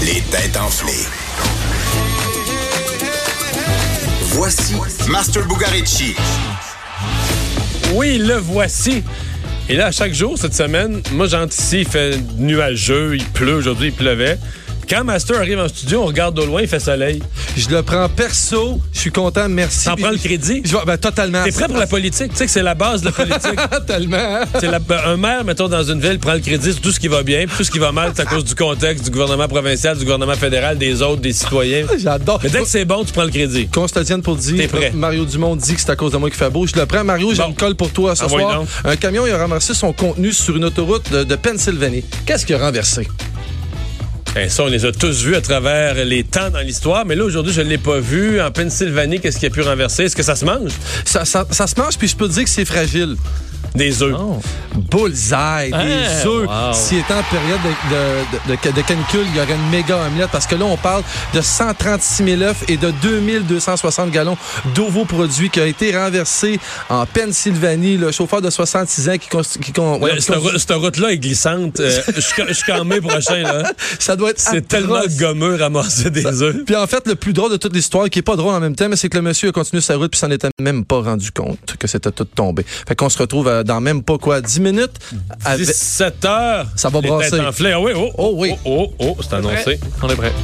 Les têtes enflées. Voici Master Bugarici. Oui, le voici. Et là, chaque jour cette semaine, moi j'anticipe, il fait nuageux, il pleut, aujourd'hui il pleuvait. Quand Master arrive en studio, on regarde au loin, il fait soleil. Je le prends perso. Je suis content, merci. T'en prends le crédit? Je vais- ben, totalement. T'es prêt pour la politique? Tu sais que c'est la base de la politique. Totalement. C'est la- ben, un maire, mettons, dans une ville, prend le crédit sur tout ce qui va bien, puis tout ce qui va mal, c'est à cause du contexte du gouvernement provincial, du gouvernement fédéral, des autres, des citoyens. J'adore. Mais dès que c'est bon, tu prends le crédit. Qu'on se le tienne pour dire. T'es prêt. Mario Dumont dit que c'est à cause de moi qu'il fait beau. Je le prends, Mario, j'ai Bon. une colle pour toi ce Envoie soir. donc. Un camion il a renversé son contenu sur une autoroute de, de Pennsylvanie. Qu'est-ce qu'il a renversé? Ben, ça, on les a tous vus à travers les temps dans l'histoire, mais là, aujourd'hui, je ne l'ai pas vu. En Pennsylvanie, qu'est-ce qui a pu renverser? Est-ce que ça se mange? Ça, ça- ça se mange, puis je peux te dire que c'est fragile. Des œufs. Bullseye, des Hein, œufs. wow. S'il était en période de, de- de- de canicule, il y aurait une méga omelette parce que là, on parle de 136 000 œufs et de 2260 gallons d'eau vos produits qui a été renversé en Pennsylvanie. Le chauffeur de 66 ans qui... const- qui con- Là, ouais, qui cette, const- rou- cette route-là est glissante euh, jusqu'à- jusqu'en mai prochain. là. ça doit être C'est tellement atroce. gommeux ramasser des œufs. Puis en fait, le plus drôle de toute l'histoire, qui est pas drôle en même temps, mais c'est que le monsieur a continué sa route puis s'en était même pas rendu compte que c'était tout tombé. Fait qu'on se retrouve euh, dans même pas quoi, 10 minutes. avec- 17 heures. Ça va les brasser. têtes enflées. Ah oui, oh, Oh oui. Oh, oh, oh, c'est annoncé. On est prêt.